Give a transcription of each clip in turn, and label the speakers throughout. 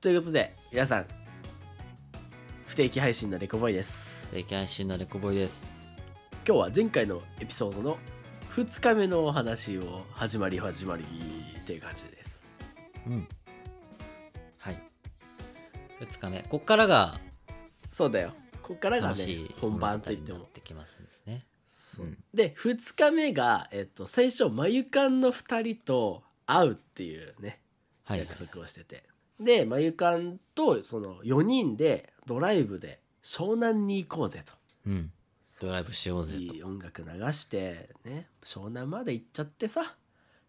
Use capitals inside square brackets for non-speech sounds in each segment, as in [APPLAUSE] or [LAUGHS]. Speaker 1: ということで、皆さん、不定期配信のレコボイです。
Speaker 2: 定期配信のレコボイです。
Speaker 1: 今日は前回のエピソードの2日目のお話を始まり始まりっていう感じです。
Speaker 2: うん。はい。二日目。こっからが
Speaker 1: そうだよ。こっからが
Speaker 2: 楽
Speaker 1: ね
Speaker 2: しい、
Speaker 1: 本番と言って
Speaker 2: 物語にな
Speaker 1: も
Speaker 2: っ。てきますんでね。
Speaker 1: そう
Speaker 2: うん
Speaker 1: で2日目が、えっと、最初眉間の2人と会うっていうね
Speaker 2: はい、はい
Speaker 1: 約。束をしてて、で眉間とその4人でドライブで湘南に行こうぜと
Speaker 2: うん。ドライブしようぜと
Speaker 1: い。い音楽流して、ね、湘南まで行っちゃってさ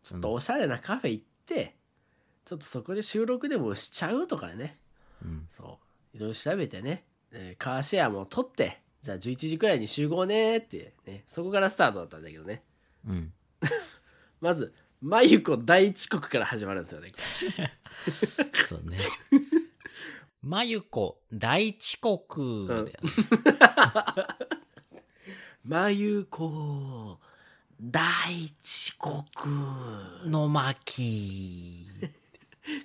Speaker 1: ちょっとおしゃれなカフェ行って、ちょっとそこで収録でもしちゃうとかね
Speaker 2: うん。
Speaker 1: そういろいろ調べてね、えーカーシェアも取ってじゃあ11時くらいに集合ねーって、ね、そこからスタートだったんだけどね
Speaker 2: うん。
Speaker 1: まず、まゆこ大遅刻から始まるんですよね。
Speaker 2: そ
Speaker 1: [LAUGHS]
Speaker 2: うね。まゆこ大遅刻だよね。
Speaker 1: まゆこ、大遅刻
Speaker 2: のまき。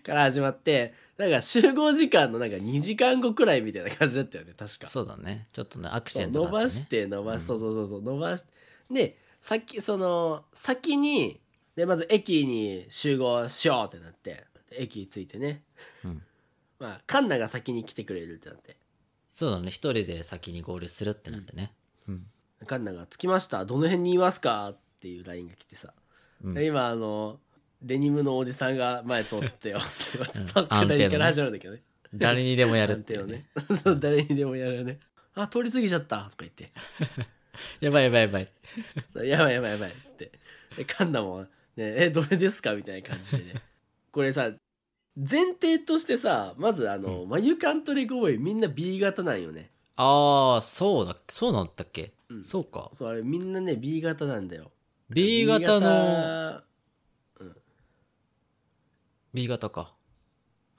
Speaker 1: から始まって、なんか集合時間のなんか2時間後くらいみたいな感じだったよね、確か。
Speaker 2: そうだね。ちょっとね、アクシデント
Speaker 1: 伸
Speaker 2: があ
Speaker 1: ば
Speaker 2: ってね
Speaker 1: して、伸ばし、
Speaker 2: うん
Speaker 1: そうそうそうそう、伸ばして。で、先、その、先に、で、まず駅に集合しようってなって、駅着いてね。
Speaker 2: うん
Speaker 1: [LAUGHS] まあ、カンナが先に来てくれるってなって。
Speaker 2: そうだね。一人で先に合流するってなってね。うん。
Speaker 1: カンナが着きました。どの辺にいますかっていう LINE が来てさ。
Speaker 2: うん。
Speaker 1: 今あのデニムのおじさんが前通ってたよ [LAUGHS] って言われて
Speaker 2: [LAUGHS] うん
Speaker 1: 下りから
Speaker 2: 安
Speaker 1: 始まるんだけどね
Speaker 2: 誰にでもやるっ
Speaker 1: 安
Speaker 2: てい
Speaker 1: 定を
Speaker 2: うね
Speaker 1: ね。そう誰にでもやるねあ通り過ぎちゃったとか言って
Speaker 2: やばいやばいやばい。
Speaker 1: そうやばいやばいやばいっつってでカンナも、ね「えどれですか?」みたいな感じで
Speaker 2: [LAUGHS]
Speaker 1: ねこれさ前提としてさまずあの、マユカントレコボーイみんな B 型なんよね
Speaker 2: ああ、そうだ、そうなんだったっけ、
Speaker 1: うん
Speaker 2: そうか。
Speaker 1: そうあれみんなね B 型なんだよ
Speaker 2: B 型
Speaker 1: B
Speaker 2: の、
Speaker 1: 型
Speaker 2: B 型か。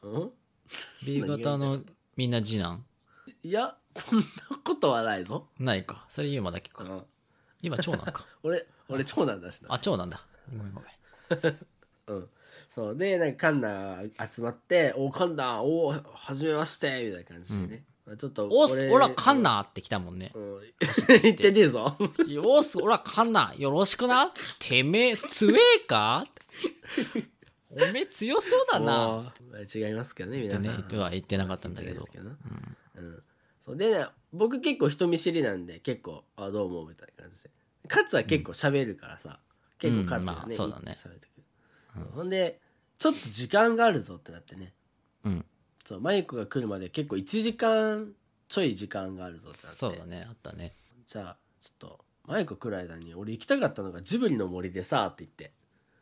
Speaker 1: うん
Speaker 2: B 型のみんな次男
Speaker 1: いやそんなことはないぞ、
Speaker 2: ないか。それユーマだけ
Speaker 1: う
Speaker 2: か。
Speaker 1: ん、
Speaker 2: 今、長男か。
Speaker 1: [LAUGHS] 俺俺長男だしな
Speaker 2: あ、長男だ。ごめんごめん。
Speaker 1: うん、そうでなんかカンナ集まって「おカンナおはじめまして」みたいな感じでね、まあちょっと
Speaker 2: おっす、
Speaker 1: 俺
Speaker 2: おら、カンナって来た
Speaker 1: [LAUGHS]
Speaker 2: もんね。
Speaker 1: うん、言ってねえぞ
Speaker 2: おっす、おら、カンナ、よろしくな。てめえ、強えかおめえ強そう
Speaker 1: [LAUGHS]
Speaker 2: だな。
Speaker 1: もう違いますけどね
Speaker 2: っ
Speaker 1: 皆
Speaker 2: て
Speaker 1: さん
Speaker 2: ね、は言ってなかったんだけ
Speaker 1: 言
Speaker 2: ど
Speaker 1: って。ないです
Speaker 2: うん
Speaker 1: けどな、うん、そうでね僕結構人見知りなんで結構「あどうも」みたいな感じでカツは結構喋るからさ、結構カツがね、
Speaker 2: うんまあそうだね
Speaker 1: 喋ってくる
Speaker 2: うん
Speaker 1: ほんでちょっと時間があるぞってなってね
Speaker 2: うん。
Speaker 1: そうマイクが来るまで結構1時間ちょい時間があるぞってなって
Speaker 2: そうだね、あったね。
Speaker 1: じゃあちょっとマイク来る間に俺行きたかったのがジブリの森でさって言って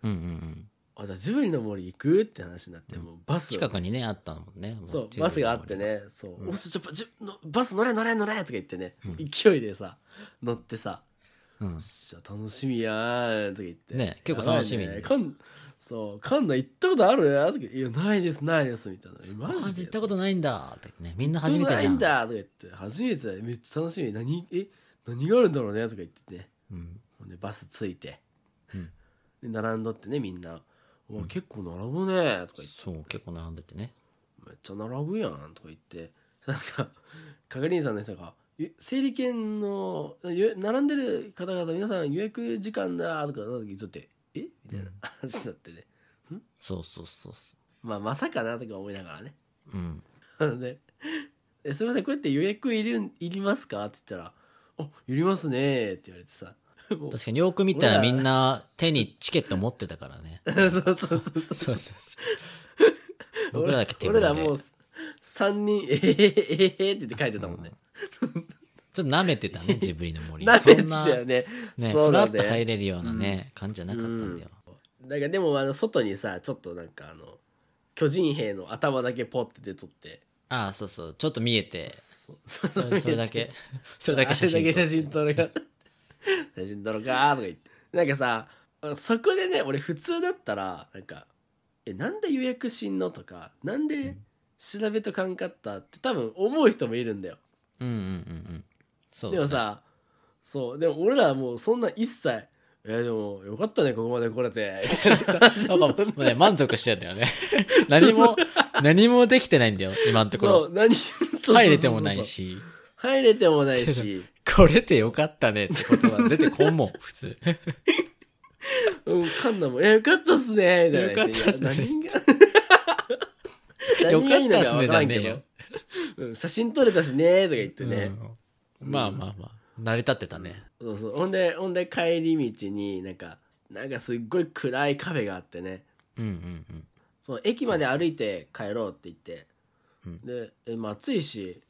Speaker 2: うんうんうん。
Speaker 1: あじゃあジブリの森行くって話になって、
Speaker 2: うん
Speaker 1: もうバス
Speaker 2: 近くにね、あったもんね。
Speaker 1: そう
Speaker 2: も
Speaker 1: バスがあって。ねそう、
Speaker 2: うん
Speaker 1: おちょじのバス乗れ乗れ乗れとか言ってね、
Speaker 2: うん
Speaker 1: 勢いでさ乗ってさ
Speaker 2: うん
Speaker 1: 「よっ。しゃ楽しみやー」とか言って
Speaker 2: ね結構楽しみに
Speaker 1: やばいねかんそうカンナ行ったことあるとか言って「いやないですないです」みたいなえ「マ
Speaker 2: マ
Speaker 1: ジ
Speaker 2: ジ
Speaker 1: で
Speaker 2: 行ったことないんだってねみんな
Speaker 1: 行った
Speaker 2: 初
Speaker 1: こ
Speaker 2: め
Speaker 1: と
Speaker 2: て
Speaker 1: な
Speaker 2: じ
Speaker 1: い
Speaker 2: ゃ
Speaker 1: ん
Speaker 2: ん
Speaker 1: だ」とか言って「初めてだめっちゃ楽しみ何え何があるんだろうね」とか言ってね
Speaker 2: うん
Speaker 1: ほんでバス着いて、
Speaker 2: うん
Speaker 1: で並んどってねみんな「うわ
Speaker 2: うん
Speaker 1: 結構並ぶね」とか言って
Speaker 2: そう結構並んでてね
Speaker 1: 「めっちゃ並ぶやん」とか言ってなんか係員さんの人が「え整理券のゆ並んでる方々皆さん予約時間だ」とかなんか言っとって「えみたいな
Speaker 2: うん
Speaker 1: 話になってね、
Speaker 2: そうそうそうそ
Speaker 1: まあまさかなとか思いながらね
Speaker 2: ううん
Speaker 1: なのでえ「すみませんこうやって予約いるんいりますか?」って言ったら「あいりますね」って言われてさもう
Speaker 2: 確かによく見たら
Speaker 1: 俺
Speaker 2: み
Speaker 1: ら
Speaker 2: んな手にチケット持ってたからね
Speaker 1: [LAUGHS] そうそうそうそう
Speaker 2: そうそうそう僕らだけ手ぶ
Speaker 1: 俺
Speaker 2: ら
Speaker 1: ら
Speaker 2: で
Speaker 1: もう3人「えへへへへ」って言って書いてたもんね。
Speaker 2: ちょっと舐めてた
Speaker 1: [LAUGHS]
Speaker 2: ねジブリの森
Speaker 1: なん
Speaker 2: そ
Speaker 1: でっ
Speaker 2: ん
Speaker 1: つっ
Speaker 2: な
Speaker 1: たよ
Speaker 2: ね
Speaker 1: ね。そ
Speaker 2: ふ
Speaker 1: う
Speaker 2: ら
Speaker 1: だね
Speaker 2: っと入れるようなね感じじゃなかったんだよ
Speaker 1: なんかでもあの外にさちょっとなんかあの巨人兵の頭だけポッて出とって
Speaker 2: ああそうそうちょっと見えて
Speaker 1: そ
Speaker 2: それそれだけそれ
Speaker 1: あれ
Speaker 2: だけ
Speaker 1: だ
Speaker 2: 写真
Speaker 1: け
Speaker 2: 撮っ
Speaker 1: 写
Speaker 2: て
Speaker 1: 真撮るか写真撮るかとか言ってなんかさそこでね俺普通だったらなんか「えなんで予約しんの?」とか「なん
Speaker 2: う
Speaker 1: で
Speaker 2: ん
Speaker 1: 調べとかんかった?」って多分思う人もいるんだよ。
Speaker 2: うんうんうんうんそう
Speaker 1: で
Speaker 2: だ
Speaker 1: も
Speaker 2: ね
Speaker 1: さそうでも俺らはもうそんな一切「いやでもよかったねここまで来れて
Speaker 2: なんかもうね、満足してんだ
Speaker 1: [LAUGHS]
Speaker 2: よね。何も、何もできてないんだよ、今のとこ
Speaker 1: そ
Speaker 2: ろ。
Speaker 1: う何そうそうそうそう
Speaker 2: 入れてもないし。
Speaker 1: 入れてもないし
Speaker 2: これでよかったねって言葉出て
Speaker 1: [LAUGHS]
Speaker 2: こんもん、普通。
Speaker 1: うん、カンナも、え、よかったっすね、みたいな。
Speaker 2: よかったっすね
Speaker 1: いや何が
Speaker 2: [LAUGHS] よか
Speaker 1: 何が
Speaker 2: った
Speaker 1: いいのか分から
Speaker 2: っすね、じゃ
Speaker 1: ん
Speaker 2: ね
Speaker 1: け
Speaker 2: えよ
Speaker 1: ど。。うん、写真撮れたしね、とか言ってね。
Speaker 2: うんまあまあまあ、成り立ってたね。
Speaker 1: そうそう。ほんで、ほんで帰り道になんか、なんかすっごい暗いカフェがあってね。
Speaker 2: うんうんうん。
Speaker 1: そう、駅まで歩いて帰ろうって言って。
Speaker 2: うん
Speaker 1: で、え、まあ暑いし、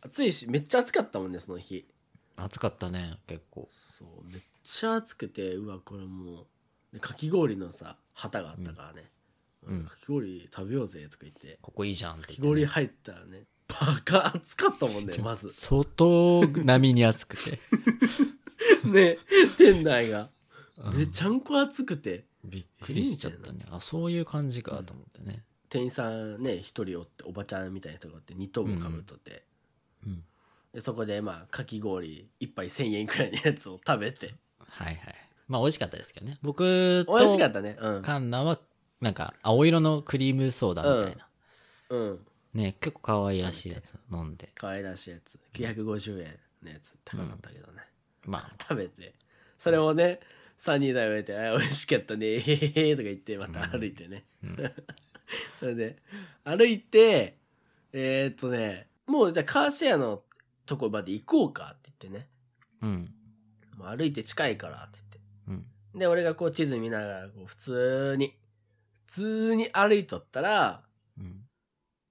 Speaker 1: 暑いし、めっちゃ暑かったもんね、その日。
Speaker 2: 暑かったね、結構。
Speaker 1: そう、めっちゃ暑くて、うわ、これもう、でかき氷のさ、旗があったからね。
Speaker 2: うんうん
Speaker 1: かき氷食べようぜ、とか言って。
Speaker 2: ここいいじゃんって
Speaker 1: かき
Speaker 2: 言って
Speaker 1: 氷
Speaker 2: ね。
Speaker 1: 入ったらねバカ暑かったもんねまず [LAUGHS]
Speaker 2: 外並みに暑くて。
Speaker 1: ね店内が
Speaker 2: うん
Speaker 1: めちゃんこ暑くて
Speaker 2: びっくりしちゃったね。あ、そういう感じかと思ってね。
Speaker 1: 店員さんね一人おっておばちゃんみたいな人がおって2頭もかぶっとって、
Speaker 2: うん。
Speaker 1: でそこでまあかき氷一杯1000円くらいのやつを食べて
Speaker 2: はいはい。まあ美味しかったですけどね。僕と
Speaker 1: 美味しかったねうん、
Speaker 2: カンナは、なんか、青色のクリームソーダみたいな。
Speaker 1: うん、
Speaker 2: ね、結構可愛いらしいやつ飲んで。
Speaker 1: 可愛らしいやつ950円のやつ高かったけどね、
Speaker 2: ま
Speaker 1: 食べてそれをね3人食べて「あ美味しかったねえへへへ」とか言ってまた歩いてね、
Speaker 2: あ、うん
Speaker 1: それで、歩いて、えーっとね、もうじゃあカーシェアのとこまで行こうかって言ってね。
Speaker 2: うん。
Speaker 1: もう歩いて近いからって言
Speaker 2: うん。
Speaker 1: って。で、俺がこう地図見ながら、こう普通に、普通に歩いとったら、
Speaker 2: うん。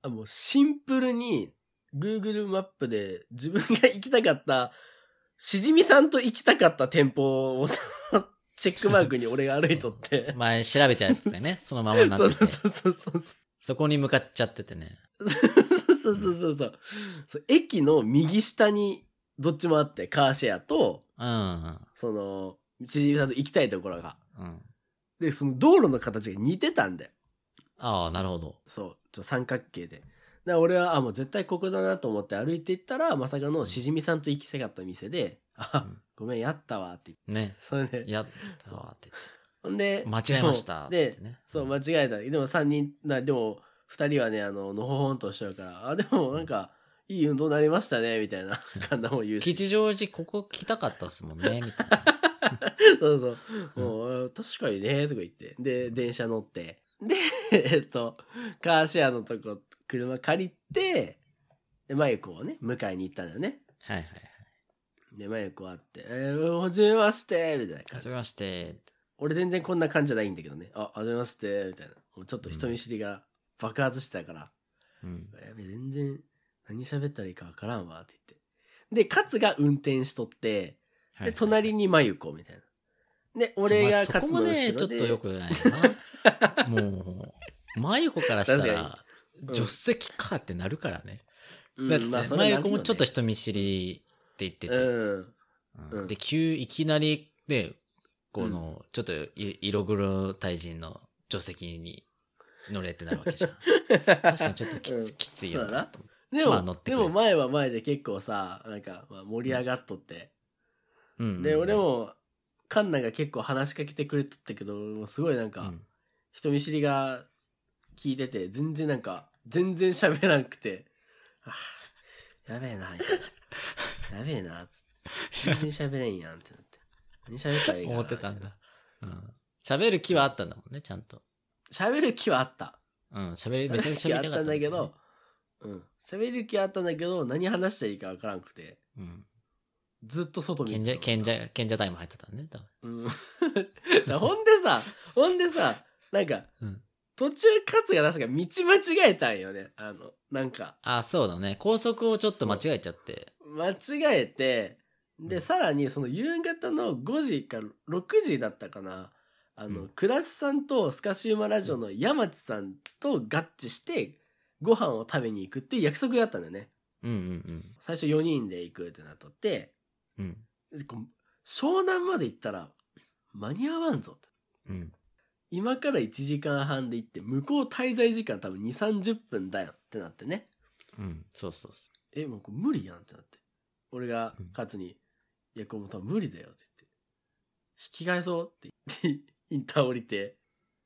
Speaker 1: あもうシンプルに Google マップで自分が行きたかった、しじみさんと行きたかった店舗をチェックマークに俺が歩いとって。
Speaker 2: 前調べちゃうやつだよね。そのままにな
Speaker 1: [LAUGHS] そ
Speaker 2: っ
Speaker 1: う
Speaker 2: てて
Speaker 1: そうそうそうそう。
Speaker 2: そこに向かっちゃっててね。
Speaker 1: そうそうそうそうそうそう。駅の右下にどっちもあって、カーシェアと、
Speaker 2: うん。
Speaker 1: その、千々岩さんと行きたいところが。
Speaker 2: うん。
Speaker 1: で、その道路の形が似てたんだよ。
Speaker 2: ああ、なるほど。
Speaker 1: そう、ちょ三角形で。だから俺は、あ、もう絶対ここだなと思って歩いていったら、まさかのしじみさんと行きたかった店で、あ、
Speaker 2: うん
Speaker 1: ごめん、やったわって言って。
Speaker 2: ね。
Speaker 1: それで、
Speaker 2: やったわって
Speaker 1: ほんで、
Speaker 2: 言って。間違えました
Speaker 1: そう
Speaker 2: って言
Speaker 1: [LAUGHS]
Speaker 2: っ
Speaker 1: で
Speaker 2: て、ね。
Speaker 1: そう、間違えた。でも3人、なでも2人はね、あの、のほほんとしてるから、あ、でもなんか、いい運動になりましたね、みたいな感じも言うし。
Speaker 2: 吉祥寺、ここ来たかったっすもんね、みたいな。
Speaker 1: そうそう。もう、あ確かにね、とか言って。で、電車乗って。で、 [LAUGHS] えっと、カーシェアのとこ、車借りて、で、マユコをね、迎えに行ったんだよね。
Speaker 2: はい
Speaker 1: [LAUGHS]
Speaker 2: はい。
Speaker 1: で、マユコ会って、えー、はじめまして、みたいな感
Speaker 2: はじ
Speaker 1: じ
Speaker 2: め。まして。
Speaker 1: 俺全然こんな感じじゃないんだけどね。あ、はじめまして、みたいな。もうちょっと人見知りが爆発してたから、
Speaker 2: うん。
Speaker 1: やべ、全然何喋ったらいいかわからんわ、って言って。で、カツが運転しとって、で、隣
Speaker 2: に、
Speaker 1: にマユコ、みたいな。で、
Speaker 2: 俺
Speaker 1: 俺
Speaker 2: が
Speaker 1: が
Speaker 2: そ
Speaker 1: カ
Speaker 2: こ
Speaker 1: ツ
Speaker 2: も
Speaker 1: の後ろで、
Speaker 2: ね、ちょっとよくない
Speaker 1: [LAUGHS]
Speaker 2: な。もう、真由子からした
Speaker 1: 確
Speaker 2: ら
Speaker 1: か、うん
Speaker 2: 助手席かってなるからね。
Speaker 1: うん
Speaker 2: だって、
Speaker 1: まあそれ
Speaker 2: 真由
Speaker 1: なる
Speaker 2: 子
Speaker 1: よね
Speaker 2: もちょっと人見知りって言ってて。
Speaker 1: うん。うん
Speaker 2: で、急、いきなり、ね、この、ちょっとい、色黒大人の助手席に乗れってなるわけじ
Speaker 1: [LAUGHS]
Speaker 2: ゃん。確かにちょっときつ,、
Speaker 1: うん
Speaker 2: きついよなと思って。
Speaker 1: [LAUGHS] でも、
Speaker 2: まあ乗って
Speaker 1: で
Speaker 2: くれ
Speaker 1: も前は前で結構さ、なんか、まあ、盛り上がっとって。
Speaker 2: うんうんうん
Speaker 1: で、俺、も、カンナが結構話しかけてくれとったけど、もうすごいなん
Speaker 2: う
Speaker 1: か、
Speaker 2: ん、
Speaker 1: 人見知りが聞いてて、全然なんか、全然喋らなくて、はあやべえな、みたいなやべえな、つって。全然喋れんやんってなって。何喋ったらいいかな
Speaker 2: 思ってたんだ。うん。喋る気はあったんだもんね、ちゃんと。
Speaker 1: 喋る気はあった。
Speaker 2: うん、喋り、め
Speaker 1: 喋
Speaker 2: ちゃ
Speaker 1: る
Speaker 2: く
Speaker 1: 気
Speaker 2: ちゃ
Speaker 1: はあ
Speaker 2: 喋
Speaker 1: っ
Speaker 2: りたか
Speaker 1: た
Speaker 2: った
Speaker 1: んだけど、うん。喋る気はあったんだけど、何話したらいいかわからんくて、
Speaker 2: ね。うん。
Speaker 1: ずっと外見
Speaker 2: 賢
Speaker 1: て
Speaker 2: 者、
Speaker 1: た
Speaker 2: 賢者、賢者タイム入ってたね、多分。
Speaker 1: うん、じゃあ [LAUGHS] ほんでさほんでさなんか、
Speaker 2: うん
Speaker 1: 途中カツが確か道間違えたんよねあのなんか
Speaker 2: あ、そうだね。高速をちょっと間違えちゃって。
Speaker 1: 間違えてで、
Speaker 2: うん
Speaker 1: さらにその夕方の5時か6時だったかなあの、
Speaker 2: うん
Speaker 1: クラスさんとスカシウマラジオの山地さんと合致してご飯を食べに行くっていう約束だったんだよね
Speaker 2: うんうん
Speaker 1: 最初4人で行くってなっとって
Speaker 2: うん。うん。
Speaker 1: でこう湘南まで行ったら間に合わんぞって
Speaker 2: うん。
Speaker 1: 今から1時間半で行って向こう滞在時間多分2 3 0分だよってなってね
Speaker 2: うん。そうそうそ
Speaker 1: えもうこれ無理やんってなって俺が
Speaker 2: うん
Speaker 1: 勝に「いやこれもう多分無理だよ」って言って引き返そうって言って、 [LAUGHS] インター降りて。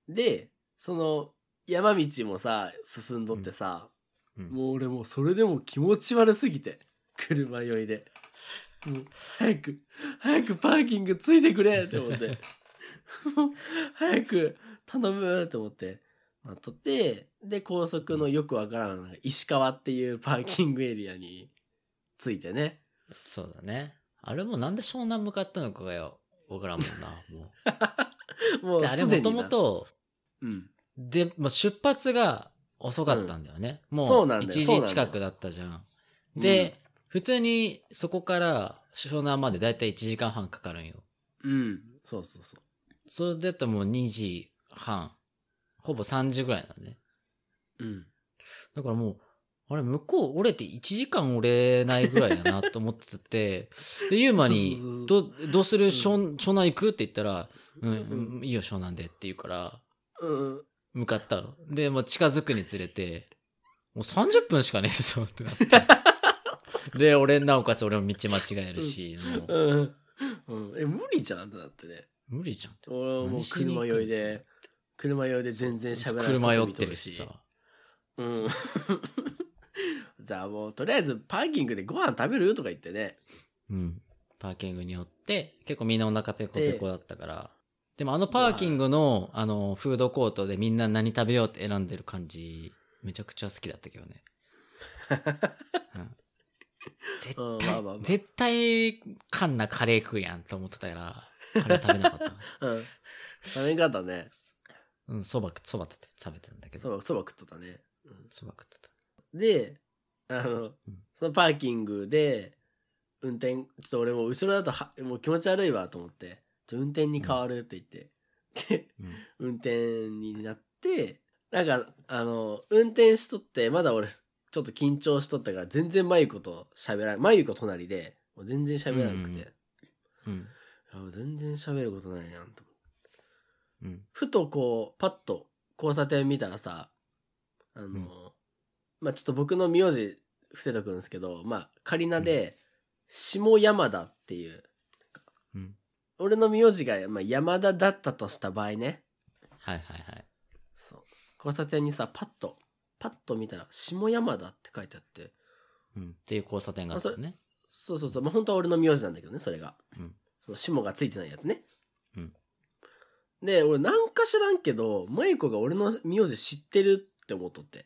Speaker 1: で、その、山道もさ、進んどってさ、
Speaker 2: うん
Speaker 1: もう俺もうそれでも気持ち悪すぎて、車酔いで。もう、早く、早くパーキングついてくれって
Speaker 2: [LAUGHS]
Speaker 1: 思って。もう早く頼むって思って待っとって、で、高速のよくわからん、なんか石川っていうパーキングエリアについてね。
Speaker 2: そうだね。あれもなんで湘南向かったのかがよ、わからんもん
Speaker 1: [LAUGHS]
Speaker 2: な。も
Speaker 1: も
Speaker 2: う
Speaker 1: う
Speaker 2: じゃああれもとも
Speaker 1: すでに
Speaker 2: と、
Speaker 1: な、うん。
Speaker 2: で、もう出発が遅かったんだよね。
Speaker 1: そ
Speaker 2: も
Speaker 1: う
Speaker 2: う
Speaker 1: なんだ
Speaker 2: 1
Speaker 1: よ
Speaker 2: 時近くだったじゃん。で、普通にそこから湘南までだいたい1時間半かかるんよ。
Speaker 1: うん、うん、そうそうそう。
Speaker 2: それだともう2時半、ほぼ3時ぐらいなんね。
Speaker 1: うん。
Speaker 2: だからもう、あれ、向こう折れて1時間折れないぐらいだなと思って [LAUGHS] て、で、ユーマに、
Speaker 1: そ
Speaker 2: ど、どうする湘湘南行くって言ったら、うん、
Speaker 1: う
Speaker 2: うんいいよ、湘南でって言うから、
Speaker 1: うん。
Speaker 2: 向かったの。で、もう近づくにつれて、もう30分しかねえぞってなって。 [LAUGHS] で、俺、なおかつ俺も道間違えるし、もう、
Speaker 1: うん。うん、え、無理じゃんあんただってね。
Speaker 2: 無理じゃんって。
Speaker 1: 俺はもう
Speaker 2: 何しに行
Speaker 1: 車
Speaker 2: くんだ
Speaker 1: 酔いで、車酔いで全然喋らない。
Speaker 2: 車酔ってるしさ。
Speaker 1: うん [LAUGHS] じゃあもうとりあえずパーキングでご飯食べるとか言ってね。
Speaker 2: うん。パーキングによって、結構みんなお腹ペコペコだったから。でもあのパーキングの、あの、フードコートでみんな何食べようって選んでる感じ、めちゃくちゃ好きだったけ
Speaker 1: [LAUGHS]
Speaker 2: どね。うん絶
Speaker 1: うんまあまあまあ
Speaker 2: 対、絶対、カンナカレー食うやんと思ってたから、カレー食べなか
Speaker 1: [LAUGHS]
Speaker 2: った。
Speaker 1: うん。食べ方ね。
Speaker 2: うん、そば、そば食べて、食べてたんだけ
Speaker 1: そ
Speaker 2: ど。
Speaker 1: ば、そば食っとったね。
Speaker 2: そば食ってた。
Speaker 1: で、あの、そのパーキングで、運転、ちょっと俺もう後ろだとは、もう気持ち悪いわと思って、ちょ、運転に変わるって言って。で、
Speaker 2: うん。
Speaker 1: 運転になって、なんか、あの、運転しとって、まだ俺、ちょっと緊張しとったから、全然まゆこと喋らない。まゆこ隣で、もう全然喋らなくて。
Speaker 2: うん。
Speaker 1: あ全然喋ることないやんと思って
Speaker 2: うん。
Speaker 1: ふとこうパッと交差点見たらさあの、
Speaker 2: ん
Speaker 1: まあちょっと僕の名字伏せとくんですけどまあ仮名で下山田っていう
Speaker 2: うん。
Speaker 1: 俺の名字が、まあ、山田だったとした場合ね
Speaker 2: はいはいはい。
Speaker 1: そう交差点にさパッとパッと見たら下山田って書いてあって
Speaker 2: うん。っていう交差点があったのね。
Speaker 1: そうそうそう、まあ、本当は俺の名字なんだけどね、それが。
Speaker 2: うん
Speaker 1: その、下がついてないやつね。
Speaker 2: うん
Speaker 1: で、俺なんか知らんけど、マイコが俺の名字知ってるって思っとって。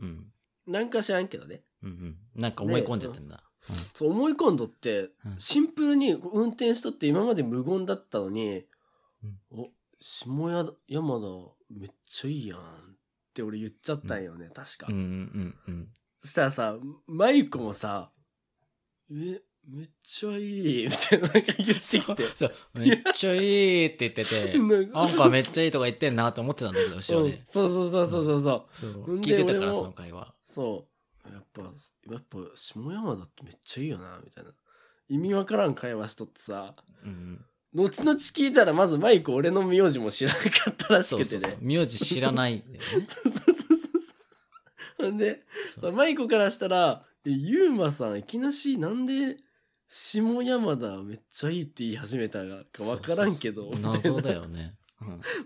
Speaker 2: うん。
Speaker 1: なんか知らんけどね。
Speaker 2: うんうん。なんか思い込んじゃってんだ。
Speaker 1: そう思い込んどって、
Speaker 2: うん
Speaker 1: シンプルに運転しとって今まで無言だったのに、お、下や山田めっちゃいいやんって俺言っちゃったんよね、確か。
Speaker 2: うんうんうんうん。
Speaker 1: そしたらさ、マイコもさ、え、めっちゃいいみたいななんか言ってきて。
Speaker 2: そう、めっちゃいいって言ってて、
Speaker 1: なんか
Speaker 2: なんかめっちゃいいとか言ってんなと思ってた
Speaker 1: [LAUGHS]
Speaker 2: んだけど、後ろで。
Speaker 1: うんそうそうそうそうそう。
Speaker 2: そう
Speaker 1: うん、
Speaker 2: 聞いてた
Speaker 1: で俺
Speaker 2: から、
Speaker 1: も
Speaker 2: その会話。
Speaker 1: そう。やっぱ、やっぱ、下山だってめっちゃいいよな、みたいな。意味わからん会話しとってさ、
Speaker 2: うん。
Speaker 1: 後々聞いたらまずマイク俺の名字も知らなかったらし
Speaker 2: そう
Speaker 1: くて
Speaker 2: そ
Speaker 1: ね。
Speaker 2: うそう。名字知らないんだよね。
Speaker 1: [LAUGHS] そうそうそうそう。ほんで、
Speaker 2: そ
Speaker 1: そううマイコからしたら、えユーマさん、いきなし、なんで、下山田めっちゃいいって言い始めたかわからんけど。
Speaker 2: そうそうそう
Speaker 1: み
Speaker 2: 謎
Speaker 1: たい
Speaker 2: だ
Speaker 1: な。
Speaker 2: よね。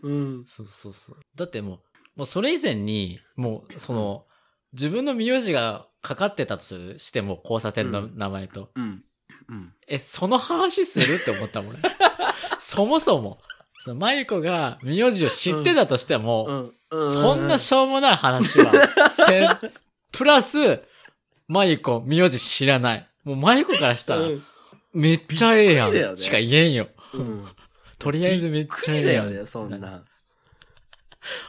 Speaker 2: うん。
Speaker 1: [LAUGHS] うん。
Speaker 2: そうそうそう。だってもう、もうそれ以前に、もう、その、自分の名字がかかってたとするしても、交差点
Speaker 1: う
Speaker 2: の
Speaker 1: ん
Speaker 2: 名前と。
Speaker 1: うん。うん。
Speaker 2: え、その話するって思った
Speaker 1: [LAUGHS]
Speaker 2: もんね。そもそも、その、まゆこが名字を知ってたとしても、
Speaker 1: うん。う
Speaker 2: そんなしょうもない
Speaker 1: [LAUGHS]
Speaker 2: 話は、せんプラス、まゆこ、名字知らない。もうまゆこからしたら
Speaker 1: う、ん
Speaker 2: めっちゃええや
Speaker 1: びっくりだよね
Speaker 2: ん。しか言えんよ。
Speaker 1: うん。
Speaker 2: とりあえずめっちゃえ
Speaker 1: 悔い
Speaker 2: え
Speaker 1: だ
Speaker 2: や
Speaker 1: よ
Speaker 2: ん。
Speaker 1: ね、そん。な。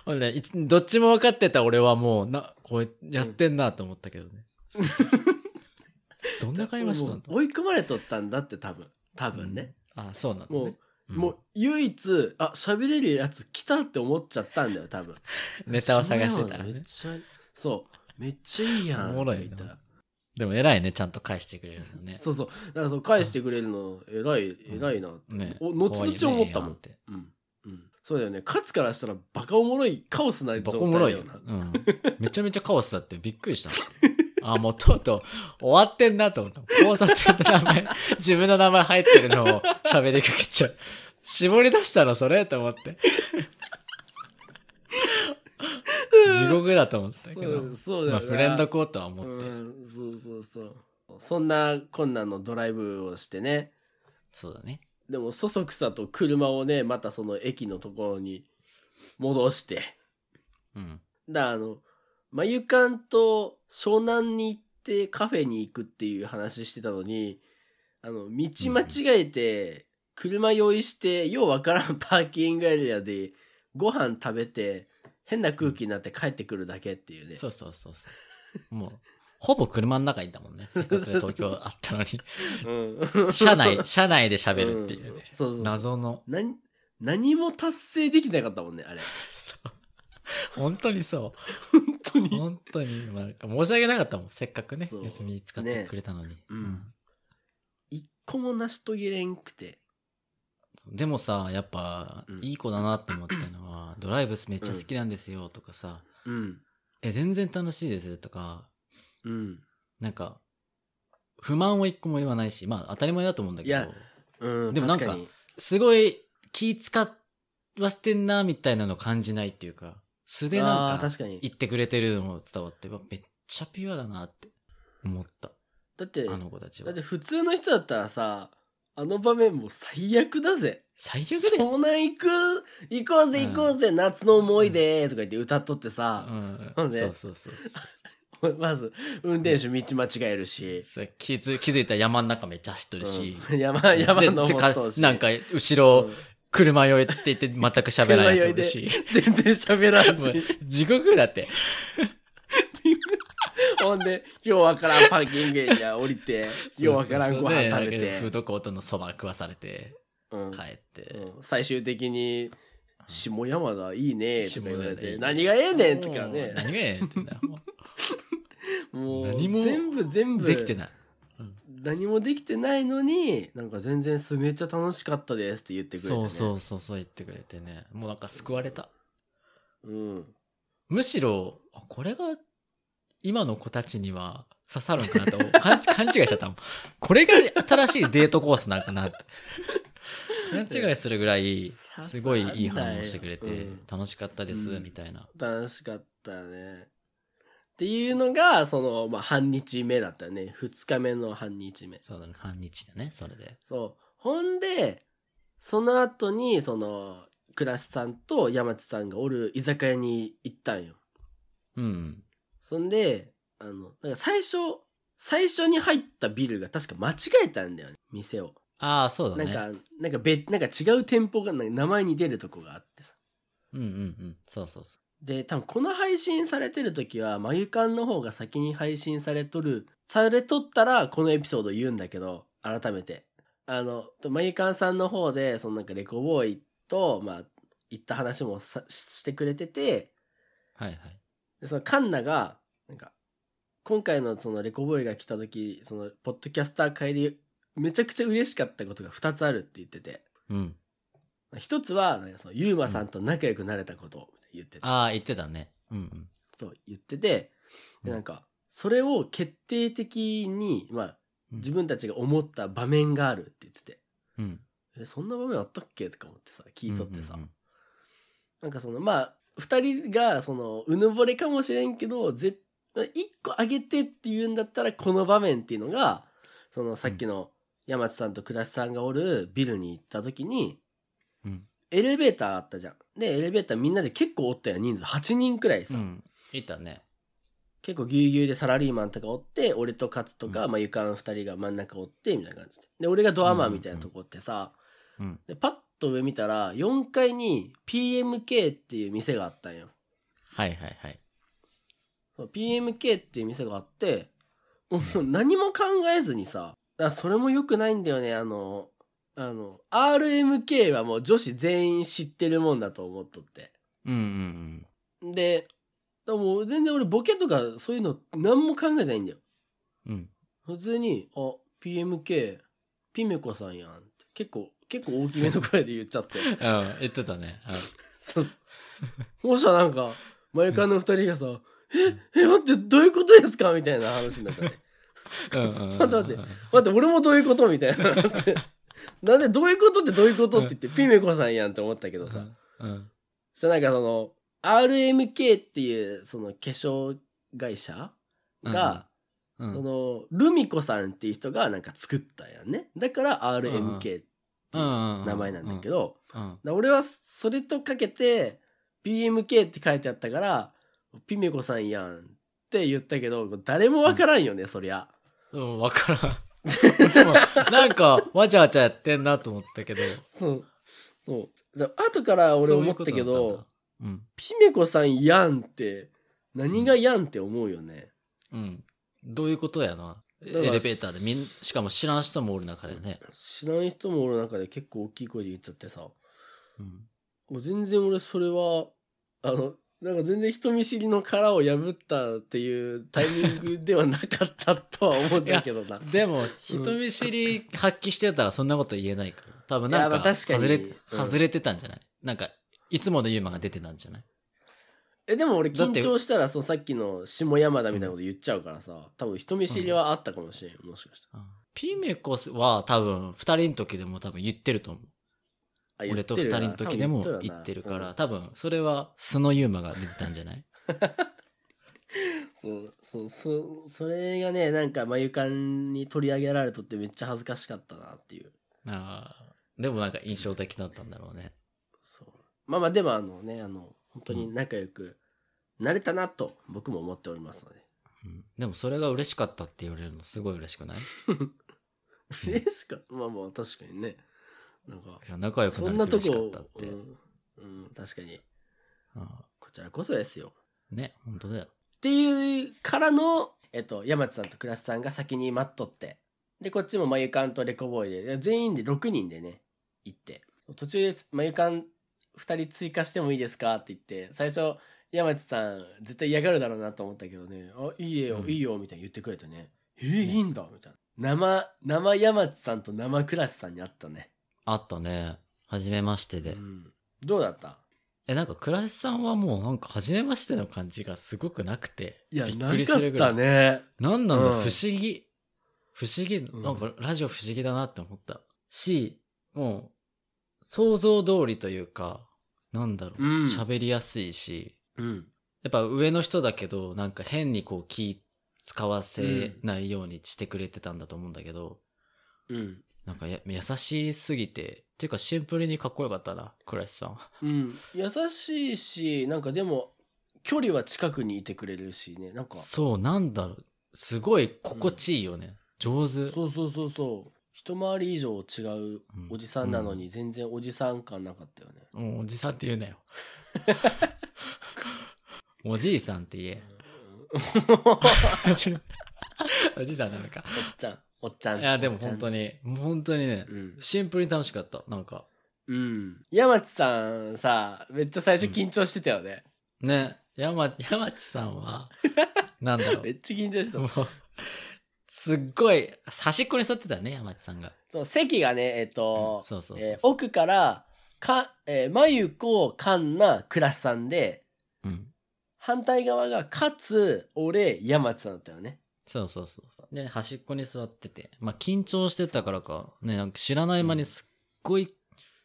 Speaker 2: ほんで、いつどっちも分かってた俺はもう、な、こうやってんなと思ったけど
Speaker 1: [LAUGHS]
Speaker 2: ね。どんな会話した
Speaker 1: も
Speaker 2: ん
Speaker 1: う
Speaker 2: だ
Speaker 1: 追い込まれとったんだって、多分。多分ね。。
Speaker 2: あ、そうなんだ、ね。
Speaker 1: もう、
Speaker 2: うん
Speaker 1: もう唯一、あ、喋れるやつ来たって思っちゃったんだよ、多分。
Speaker 2: [LAUGHS] ネタを探してたら
Speaker 1: そうめっ
Speaker 2: ね。
Speaker 1: ちゃ、そう。めっちゃいいやん。
Speaker 2: おもろい
Speaker 1: と
Speaker 2: な
Speaker 1: か言ったら。
Speaker 2: でも偉いね、ちゃんと返してくれるのね。
Speaker 1: そうそう。だからそう、返してくれるの、偉い、偉いなって。
Speaker 2: ね。
Speaker 1: お後々思ったもん
Speaker 2: 怖いね
Speaker 1: うん。うん。そうだよね。勝つからしたら、バカおもろい、カオスな状
Speaker 2: バ
Speaker 1: 態
Speaker 2: カ
Speaker 1: だ
Speaker 2: おもろいよ。うん。めちゃめちゃカオスだってびっくりした [LAUGHS] もん。あ、もうとうとう終わって [LAUGHS] んなと思った。交差点の名前、自分の名前入ってるのを喋りかけちゃう。絞り出したらそれと思って。地獄だと思ってたけど。
Speaker 1: そうそうだよな
Speaker 2: まあ、フレンドコートは思って。
Speaker 1: うんそうそうそうそんなこんなのドライブをしてね
Speaker 2: そうだね。
Speaker 1: でもそそくさと車をねまたその駅のところに戻して
Speaker 2: うん。
Speaker 1: だからあの眉間と湘南に行ってカフェに行くっていう話してたのにあの道間違えて車用意してようわからんパーキングエリアでご飯食べて変な空気になって帰ってくるだけっていうね
Speaker 2: そうそうそうそう。もう、ほぼ車の中にいたもんね。せっかく東京あったのに。
Speaker 1: うん
Speaker 2: 車内、車内で喋るっていうね。
Speaker 1: んそうそうそう
Speaker 2: 謎の。
Speaker 1: [LAUGHS] 何何も達成できなかったもんねあれ
Speaker 2: そう本当にそ
Speaker 1: 本当
Speaker 2: う。
Speaker 1: に
Speaker 2: 本当に、まあ、申し訳なかったもん。せっかくね
Speaker 1: そ、う
Speaker 2: 休み使ってくれたのに。
Speaker 1: うん一個も成し遂げれんくて
Speaker 2: そうでもさ、やっぱ
Speaker 1: う、ん
Speaker 2: いい子だなって思ったの
Speaker 1: [CLEARS THROAT]
Speaker 2: は、ドライブめっちゃ好きなんですよとかさ、
Speaker 1: うん
Speaker 2: え、全然楽しいですとか、
Speaker 1: うん
Speaker 2: なんか、不満を一個も言わないし、まあ当たり前だと思うんだけ
Speaker 1: いや
Speaker 2: ど、
Speaker 1: うん
Speaker 2: でもなんか
Speaker 1: 確に
Speaker 2: すごい気使わせてんなみたいなの感じないっていうか、素でな
Speaker 1: あ
Speaker 2: ん
Speaker 1: ー
Speaker 2: か
Speaker 1: 確かに
Speaker 2: 言ってくれてるのも伝わって、うわめっちゃピュアだなって思った、
Speaker 1: だって
Speaker 2: あの子たち
Speaker 1: だ
Speaker 2: は
Speaker 1: って。普通の人だったらさあの場面も最悪だぜ
Speaker 2: 最悪だよ。
Speaker 1: 湘南行く行こうぜ
Speaker 2: うん
Speaker 1: 行こうぜ、夏の思い出とか言って歌っとってさ、
Speaker 2: うん、
Speaker 1: なんで
Speaker 2: そうそうそうそう。
Speaker 1: まず運転手道間違えるし、
Speaker 2: そう気づ気づいたら山の中めっちゃ走ってるし、
Speaker 1: うん [LAUGHS] 山山
Speaker 2: で
Speaker 1: 登
Speaker 2: てか
Speaker 1: っとうし
Speaker 2: なんか、後ろ
Speaker 1: う、ん
Speaker 2: 車酔いって言って全く喋らないやつおるし。
Speaker 1: 全然喋らん
Speaker 2: もう
Speaker 1: し
Speaker 2: [LAUGHS] 地獄だって。
Speaker 1: ほんでようわからんパーキングエリア降りてようわからんご飯
Speaker 2: そうそ
Speaker 1: 食
Speaker 2: うそうで
Speaker 1: べ
Speaker 2: なんかフー
Speaker 1: て
Speaker 2: ドコートのそば食わされて、
Speaker 1: うん
Speaker 2: 帰って。
Speaker 1: うん最終的に「下山田いいね」とか言われて「
Speaker 2: 下山田いいね
Speaker 1: 何がええねん」とか
Speaker 2: もう
Speaker 1: ね
Speaker 2: 何がええねんってな。も
Speaker 1: [LAUGHS] もう
Speaker 2: 何も
Speaker 1: 全部全
Speaker 2: う
Speaker 1: 部
Speaker 2: できてない。
Speaker 1: 何もできてないのになんか全然すめっちゃ楽しかったですって言ってくれて、ね、
Speaker 2: そうそうそうそう言ってくれてね。もうなんか救われた。
Speaker 1: う、うん、
Speaker 2: むしろ、あこれが今の子たちには刺さるんかなと [LAUGHS] 勘勘違いしちゃったもん。これが新しいデートコースなんか
Speaker 1: [LAUGHS]
Speaker 2: なって。勘違いするぐらい、すごいいい反応してくれて、
Speaker 1: うん
Speaker 2: 楽しかったです、
Speaker 1: うん
Speaker 2: みたいな。
Speaker 1: 楽しかったねっていうのがその、まあ、半日目だったね2日目の半日目
Speaker 2: そうだね、半日でね、それで。
Speaker 1: そうほんでその後にその倉石さんと山地さんがおる居酒屋に行ったんよ
Speaker 2: うん。
Speaker 1: そんで、あの、なんか最初、最初に入ったビルが確か間違えたんだよね、店を。
Speaker 2: ああ、そうだ
Speaker 1: なん
Speaker 2: ね。
Speaker 1: か、なんか別、なんか違う店舗が、なんか名前に出るとこがあってさ。
Speaker 2: うんうんうん。そうそうそ
Speaker 1: で、多分この配信されてる時は、まゆかんの方が先に配信されとる、されとったら、このエピソード言うんだけど、改めて。あの、とまゆかんさんの方で、そのなんかレコボーイと、まあ、行った話もさしてくれてて、
Speaker 2: う。はいはい。
Speaker 1: でそのカンナがなんか今回のそのレコボーイが来た時そのポッドキャスター会でめちゃくちゃ嬉しかったことが2つあるって言ってて
Speaker 2: うん。
Speaker 1: 1つはなんかそのユーマさんと仲良くなれたことを言ってて、
Speaker 2: ああ、言ってたね。うんうん。
Speaker 1: そう言ってて
Speaker 2: う
Speaker 1: で
Speaker 2: ん
Speaker 1: なんかそれを決定的に、まあ、
Speaker 2: うん
Speaker 1: 自分たちが思った場面があるって言ってて、
Speaker 2: うん。
Speaker 1: えそんな場面あったっけとか思ってさ聞いとってさ、
Speaker 2: うんうん
Speaker 1: なんかそのまあ2人がそのうぬぼれかもしれんけどぜ1個あげてっていうんだったらこの場面っていうのがそのさっきの山地さんと倉石さんがおるビルに行った時に
Speaker 2: うん。うん
Speaker 1: エレベーターあったじゃん。でエレベーターみんなで結構おったよ人数8人くらいさ、
Speaker 2: うん。言ったね。
Speaker 1: 結構ぎゅうぎゅうでサラリーマンとかおって俺と勝とか、
Speaker 2: うん
Speaker 1: まあ、床の2人が真ん中おってみたいな感じでで俺がドアマンみたいなとこおってさ、
Speaker 2: うん。
Speaker 1: でパッと上見たら4階に PMK っていう店があったんよ。
Speaker 2: はいはいはい。
Speaker 1: そう PMK っていう店があって、もう何も考えずにさ、あそれも良くないんだよね、あの、あの、RMK はもう女子全員知ってるもんだと思っとって。
Speaker 2: うんうん
Speaker 1: で、でもう全然俺ボケとかそういうの何も考えてないんだよ。
Speaker 2: うん。う
Speaker 1: 普
Speaker 2: ん。
Speaker 1: 通に、あ、PMK、ピメコさんやんって。結構、結構大きめの声で言っちゃ
Speaker 2: [LAUGHS]
Speaker 1: って。
Speaker 2: うん。言ってたね。
Speaker 1: そ
Speaker 2: うん
Speaker 1: う。もしはなんか、前からの二人がさ、え、え、待って、どういうことですかみたい
Speaker 2: [LAUGHS]
Speaker 1: な話になっちゃって。
Speaker 2: うんうんうんうん
Speaker 1: 待って待って待って、俺もどういうことみたいな。なんでどういうことってどういうことって言って、ピメコさんやんって思ったけどさ。
Speaker 2: うん。
Speaker 1: そしたらなんかその、RMK っていう、その化粧会社が、
Speaker 2: うん、
Speaker 1: その、ルミコさんっていう人がなんか作ったやんね。だから
Speaker 2: うん
Speaker 1: RMK って
Speaker 2: の
Speaker 1: 名前なんだけ。ど、
Speaker 2: うん。
Speaker 1: だ俺はそれとかけて、BMK って書いてあったから、ピメコさんやんって言ったけど、誰もわからんよね、そりゃ。
Speaker 2: うん、わからん。俺もなんか、わちゃわちゃやってんなと思ったけど。
Speaker 1: そう。そう。じゃあ後から俺思ったけ
Speaker 2: そういうことだ
Speaker 1: ど、
Speaker 2: ったんだ、
Speaker 1: ピメコさんやんって、何がやんって思うよね。
Speaker 2: うん。うん。どういうことやな。エ
Speaker 1: から
Speaker 2: レベーターでみん、しかも知らん人もおる中でね。
Speaker 1: 知らん人も俺の中で結構大きい声で言っちゃってさ、も
Speaker 2: うん。
Speaker 1: う全然俺それは、あの、なんか全然人見知りの殻を破ったっていうタイミングではなかったとは思うんだけどな。
Speaker 2: でも、人見知り発揮してたらそんなこと言えないから。多分なん
Speaker 1: いや
Speaker 2: か、
Speaker 1: まあ確かに
Speaker 2: 外れ
Speaker 1: うん
Speaker 2: て、外れてたんじゃないなんか、いつものユーマが出てたんじゃない
Speaker 1: え、でも俺
Speaker 2: だっ
Speaker 1: 緊
Speaker 2: て
Speaker 1: 張したら、そのさっきの下山田みたいなこと言っちゃうからさ、多分人見知りはあったかもしれん、もしかした
Speaker 2: ピメコは多分、二人の時でも多分言ってると思う。
Speaker 1: ら。あ
Speaker 2: 俺と二人の時でも言ってるから、。多分、それは素のユーマが出てたんじゃない [LAUGHS]
Speaker 1: そう、そう、そう、それがね、なんか、まゆかんに取り上げられとってめっちゃ恥ずかしかったなっていう。
Speaker 2: ああ。でもなんか印象的だったんだろうね。
Speaker 1: そう。まあまあ、でもあのね、あの、本当に仲良くなれたなと僕も思っておりますので。
Speaker 2: うんでもそれが嬉しかったって言われるのすごい嬉しくないいうん
Speaker 1: 嬉しかった。まあまあ、確かにね。なんか、
Speaker 2: や仲良く
Speaker 1: そ
Speaker 2: なんれ
Speaker 1: な
Speaker 2: て
Speaker 1: と
Speaker 2: 嬉しかっ
Speaker 1: こ
Speaker 2: たっ、
Speaker 1: う
Speaker 2: て。
Speaker 1: ん、うん、確かに。
Speaker 2: うん
Speaker 1: こちらこそですよ。
Speaker 2: ね、本当だよ。
Speaker 1: っていうからの、えっと、山地さんと倉石さんが先に待っとってでこっちもまゆかんとレコボーイでで全員で6人でね行って途中でまゆかん2人追加してもいいですかって言って最初山地さん絶対嫌がるだろうなと思ったけどね「あいいよ、
Speaker 2: うん
Speaker 1: いいよ」みたいに言ってくれてね「えーいいんだ」みたいな生生山地さんと生倉石さんに会ったね、
Speaker 2: あったね。初めまして
Speaker 1: う
Speaker 2: で。
Speaker 1: ん、どうだった
Speaker 2: え、なんか倉石さんはもうなんか初めましての感じがすごくなくて。
Speaker 1: いや
Speaker 2: びっ
Speaker 1: な
Speaker 2: くり
Speaker 1: か
Speaker 2: す
Speaker 1: っ
Speaker 2: るぐら
Speaker 1: た
Speaker 2: い。
Speaker 1: ね
Speaker 2: なんなんだ、
Speaker 1: うん
Speaker 2: 不思議。不思議、
Speaker 1: うん
Speaker 2: なんかラジオ不思議だなって思った。し、もう、想像通りというか、なんだろう
Speaker 1: うん、
Speaker 2: 喋、りやすいし、
Speaker 1: うん
Speaker 2: やっぱ上の人だけど、なんか変にこう気使わせないようにしてくれてたんだと思うんだけど、
Speaker 1: うん
Speaker 2: なんかや優しすぎて、っていうかシンプルにかっこよかったな、倉石さんは。
Speaker 1: うん、優しいしなんかでも距離は近くにいてくれるしねなんかそ
Speaker 2: そう、なんだろう、すごい心地いいよね。上手。
Speaker 1: うそうそうそう一回り以上違う
Speaker 2: うん
Speaker 1: おじさんなのに全然おじさん感なかったよね、
Speaker 2: もうおじさんって言うなよ。 [LAUGHS] おじいさんっ
Speaker 1: [LAUGHS]
Speaker 2: て言え。
Speaker 1: おっ
Speaker 2: おじいさんなのか。
Speaker 1: ちゃんおっちゃん
Speaker 2: いや、でも本当
Speaker 1: に
Speaker 2: に、もう本当にね
Speaker 1: う、ん、
Speaker 2: シンプルに楽しかった。なんか、
Speaker 1: うん、山地さんさめっちゃ最初緊張してたよね、
Speaker 2: ね、山、山地さん
Speaker 1: [LAUGHS]
Speaker 2: は、なんだろ
Speaker 1: めっちゃ緊張して
Speaker 2: う。
Speaker 1: た
Speaker 2: もう、すっごい、端っこに座ってたね、山地さんが。
Speaker 1: そう席がねえっ、と、
Speaker 2: そうそうそう
Speaker 1: えー
Speaker 2: そう。
Speaker 1: 奥からか、えー、まゆこかんなくらしさんで
Speaker 2: うん。
Speaker 1: 反対側が勝俺山地さんだったよね
Speaker 2: そうそうそうそう。で、端っこに座ってて。まあ、緊張してたからか、ね、なんか知らない間にすっごい、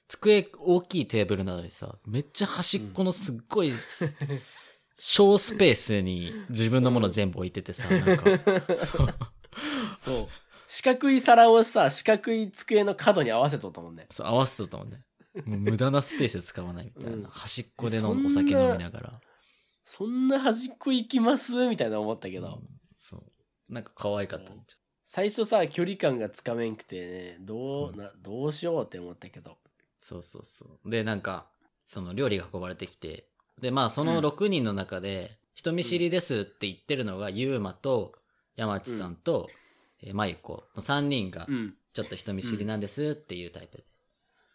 Speaker 2: 机大きいテーブルなのにさ、めっちゃ端っこのすっごい [LAUGHS] す、小スペースに自分のもの全部置いててさ、なんか、 [LAUGHS]
Speaker 1: そう。四角い皿をさ、四角い机の角に合わせとったもんね。
Speaker 2: そう合わせてたもんね。もう無駄なスペース使わないみたいな。
Speaker 1: うん
Speaker 2: 端っこでのお酒飲みながら。
Speaker 1: そんな端っこ行きますみたいな思ったけど、
Speaker 2: うんそう。なんか可愛かった。
Speaker 1: 最初さ、距離感がつかめんくてね、どう、
Speaker 2: うん
Speaker 1: な、どうしようって思ったけど。
Speaker 2: そうそうそう。で、なんか、その料理が運ばれてきて、で、まあ、その6人の中で、人見知りですって言ってるのが、ゆうまと、山地さんと、えーまゆこの3人が
Speaker 1: う、ん。
Speaker 2: ちょっと人見知りなんですっていうタイプで。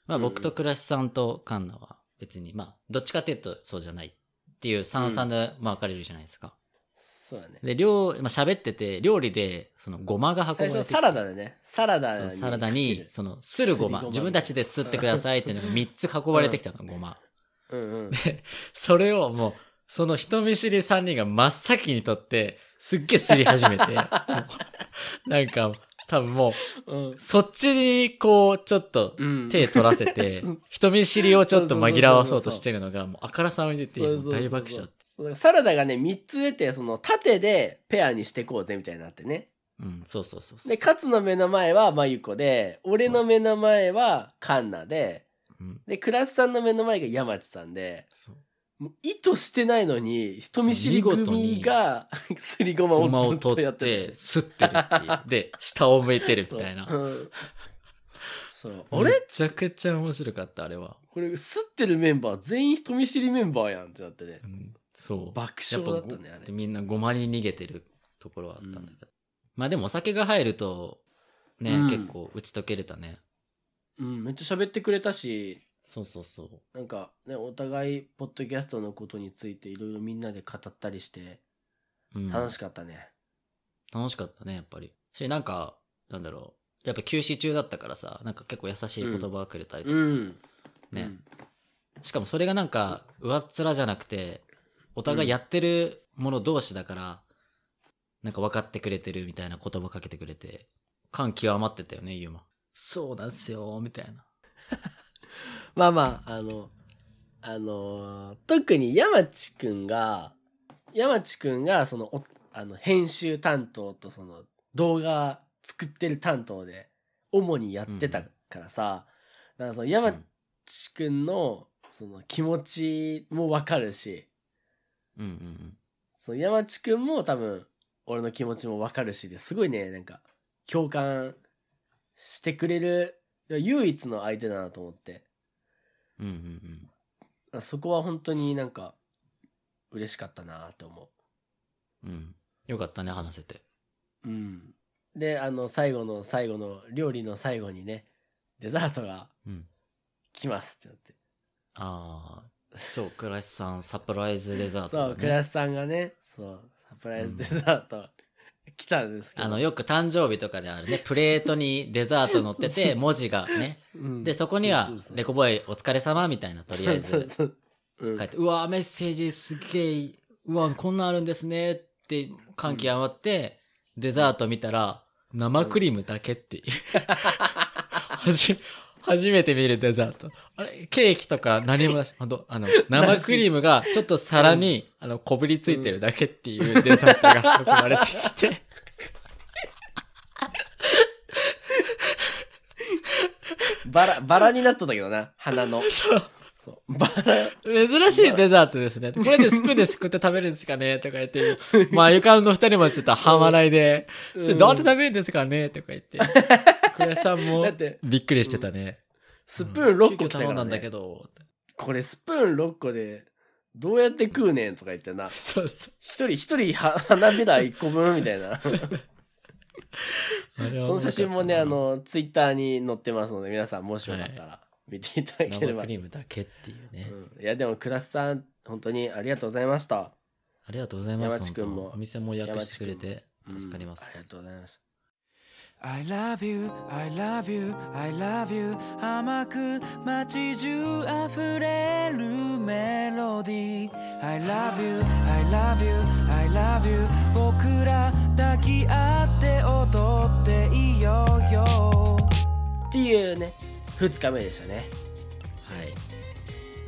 Speaker 2: まあ、
Speaker 1: うん
Speaker 2: 僕と倉石さんとカンナは、別に、まあ、どっちかっていうとそうじゃないっていう、三々で、まあ、分かれるじゃないですか。
Speaker 1: そうだね。
Speaker 2: で、料、まあ、喋ってて、料理で、その、ごまが運ば
Speaker 1: 最
Speaker 2: れて
Speaker 1: 初
Speaker 2: きて。
Speaker 1: サラダでね、サラダ
Speaker 2: そう
Speaker 1: に
Speaker 2: サラダに、その、するご
Speaker 1: すりご
Speaker 2: ま、
Speaker 1: ま
Speaker 2: 自分たちですってくださいっていうのが3つ運ばれてきたの、ごま。
Speaker 1: うんうん。
Speaker 2: それをもう、その人見知り3人が真っ先にとって、すっげえすり始めて、もうなんか、多分もう、 [LAUGHS]
Speaker 1: うん。
Speaker 2: そっちにこう、ちょっと
Speaker 1: うん。
Speaker 2: 手取らせ
Speaker 1: [LAUGHS]
Speaker 2: て
Speaker 1: そう、
Speaker 2: 人見知りをちょっと紛らわそうとしてるのが、もうあからさまに出て、
Speaker 1: そうそうそうそう
Speaker 2: 大爆笑。
Speaker 1: そうサラダがね、3つ出て、その縦でペアにしてこうぜみたいになってね。
Speaker 2: うん、そうそうそうそう。
Speaker 1: で、勝の目の前はまゆこで、俺の目の前はカンナで、
Speaker 2: うん、
Speaker 1: で、クラスさんの目の前が山地さんで、
Speaker 2: そう。
Speaker 1: もう意図してないのに、人見知り組がすりごま
Speaker 2: 馬
Speaker 1: を
Speaker 2: を
Speaker 1: ずっと
Speaker 2: 取
Speaker 1: や
Speaker 2: っ
Speaker 1: って
Speaker 2: て、すってるっていう。で、下を向いてるみたいな。
Speaker 1: [LAUGHS] そううんそうあれ
Speaker 2: めちゃくちゃ面白かった、あれは。
Speaker 1: これ、すってるメンバー全員人見知りメンバーやんってなってね
Speaker 2: う。ん、そう。
Speaker 1: 爆
Speaker 2: やっ
Speaker 1: 笑
Speaker 2: ぱ
Speaker 1: だったね、あれ。
Speaker 2: みんなごまに逃げてるところはあったんだけど。
Speaker 1: うん
Speaker 2: まあでもお酒が入ると、ね、
Speaker 1: うん
Speaker 2: 結構打ち解けれたね。
Speaker 1: うん、めっちゃ喋ってくれたし、
Speaker 2: そうそうそう。
Speaker 1: なんかね、お互い、ポッドキャストのことについていろいろみんなで語ったりして、
Speaker 2: うん、
Speaker 1: 楽しかったね。
Speaker 2: 楽しかったね、やっぱり。し、なんか、なんだろう。やっぱ休止中だったからさ、なんか結構優しい言葉をくれたりと
Speaker 1: う
Speaker 2: かさ。
Speaker 1: ん。
Speaker 2: ね
Speaker 1: うん
Speaker 2: しかもそれがなんか、上っ面じゃなくて、お互いやってるもの同士だから、なんか分かってくれてるみたいな言葉かけてくれて、感極まってたよね、ゆうま。そうなんすよ、みたいな。
Speaker 1: まあまあ、あの、あのー特に山地くんが、山地くんが、その、おあの、編集担当と、その、動画作ってる担当で、主にやってたからさ、だからその山
Speaker 2: うん
Speaker 1: 地くんの、その、気持ちもわかるし、
Speaker 2: うんうんうん。
Speaker 1: その山地くんも多分、俺の気持ちもわかるしですごいね、なんか、共感してくれる、唯一の相手だなと思って。
Speaker 2: うんうん
Speaker 1: あそこは本当になんか嬉しかったなと思
Speaker 2: うん。うん。よかったね、話せて。
Speaker 1: う。うん。で、あの、最後の最後の料理の最後にね、デザートが
Speaker 2: うん。
Speaker 1: 来ますってなって。
Speaker 2: ああ、そう、倉石さん、サプライズデザート
Speaker 1: そ
Speaker 2: が、ね。
Speaker 1: う、倉石さんがね、そう、サプライズデザート、 [LAUGHS] 来たんですけど。
Speaker 2: あの、よく誕生日とかであるね、プレートにデザート乗って
Speaker 1: [LAUGHS] そうそう
Speaker 2: て、
Speaker 1: そう
Speaker 2: 文字がね。
Speaker 1: うん
Speaker 2: で、そこには
Speaker 1: そうそうそ、う
Speaker 2: レコボーイお疲れ様みたいな、とりあえず
Speaker 1: そうそうそううん
Speaker 2: 書いて、うわーメッセージすげえ、うわこんなんあるんですねって感極まって、デザート見たら、生クリームだけっていう。はじ、初めて見るデザート。あれケーキとか何もなし、ほんと、あの、生クリームがちょっと皿に、あの、こぶりついてるだけっていうデザートが含まれてきて。
Speaker 1: バラ、バラになっとったけどな、花の。
Speaker 2: そう。 [LAUGHS]
Speaker 1: そう。バラ、
Speaker 2: 珍しいデザートですね。これでスプーンですくって食べるんですかねとか言って、まあ、ゆかんの二人もちょっと半笑いで、
Speaker 1: うん
Speaker 2: それどうやって食べるんですかねとか
Speaker 1: [LAUGHS]
Speaker 2: 言って、倉石さんも
Speaker 1: だって
Speaker 2: びっくりしてたね。
Speaker 1: スプーン6個来
Speaker 2: 急遽
Speaker 1: たから、
Speaker 2: 頼
Speaker 1: ね、
Speaker 2: んだんだけど、
Speaker 1: これスプーン6個で、どうやって食うねんとか言ってな。
Speaker 2: そうそ
Speaker 1: 一人一人は [LAUGHS] 花びら1個分みたい
Speaker 2: [LAUGHS]
Speaker 1: な
Speaker 2: う。あれは
Speaker 1: その写真もねあ
Speaker 2: 面白か
Speaker 1: のツイッターに載ってますので皆さんもしよかったら見ていただ
Speaker 2: ったな
Speaker 1: ければ、
Speaker 2: 生クリームだけっていうね。
Speaker 1: うん、いやでも倉石さん本当にありがとうございました
Speaker 2: ありがとうございます。
Speaker 1: 山地君も
Speaker 2: 本当お店も予約してくれて
Speaker 1: うん
Speaker 2: 助かります。
Speaker 1: ありがとうございました
Speaker 3: I love you, I love you, I love you 甘く街中溢れるメロディー I love you, I love you, I love you 僕ら抱き合って踊っていいよよ
Speaker 1: っていうね2日目でしたね
Speaker 2: はい。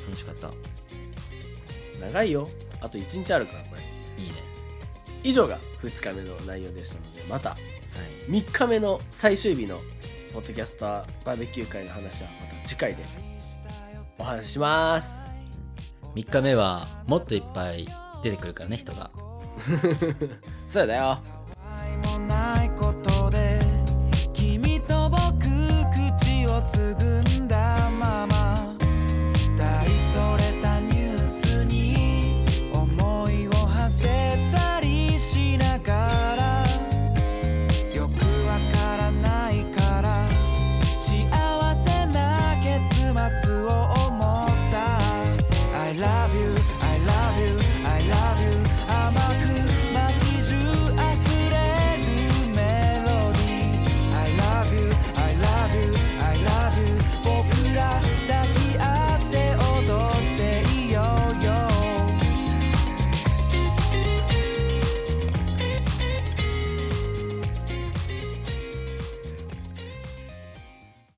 Speaker 2: 楽しかった。
Speaker 1: 長いよあと1日あるからこれ
Speaker 2: いいね。
Speaker 1: 以上が2日目の内容でしたのでまた
Speaker 2: はい。
Speaker 1: 3日目の最終日のポッドキャスターバーベキュー会の話はまた次回でお話しします
Speaker 2: 3日目はもっといっぱい出てくるからね、人が。
Speaker 1: そうだよ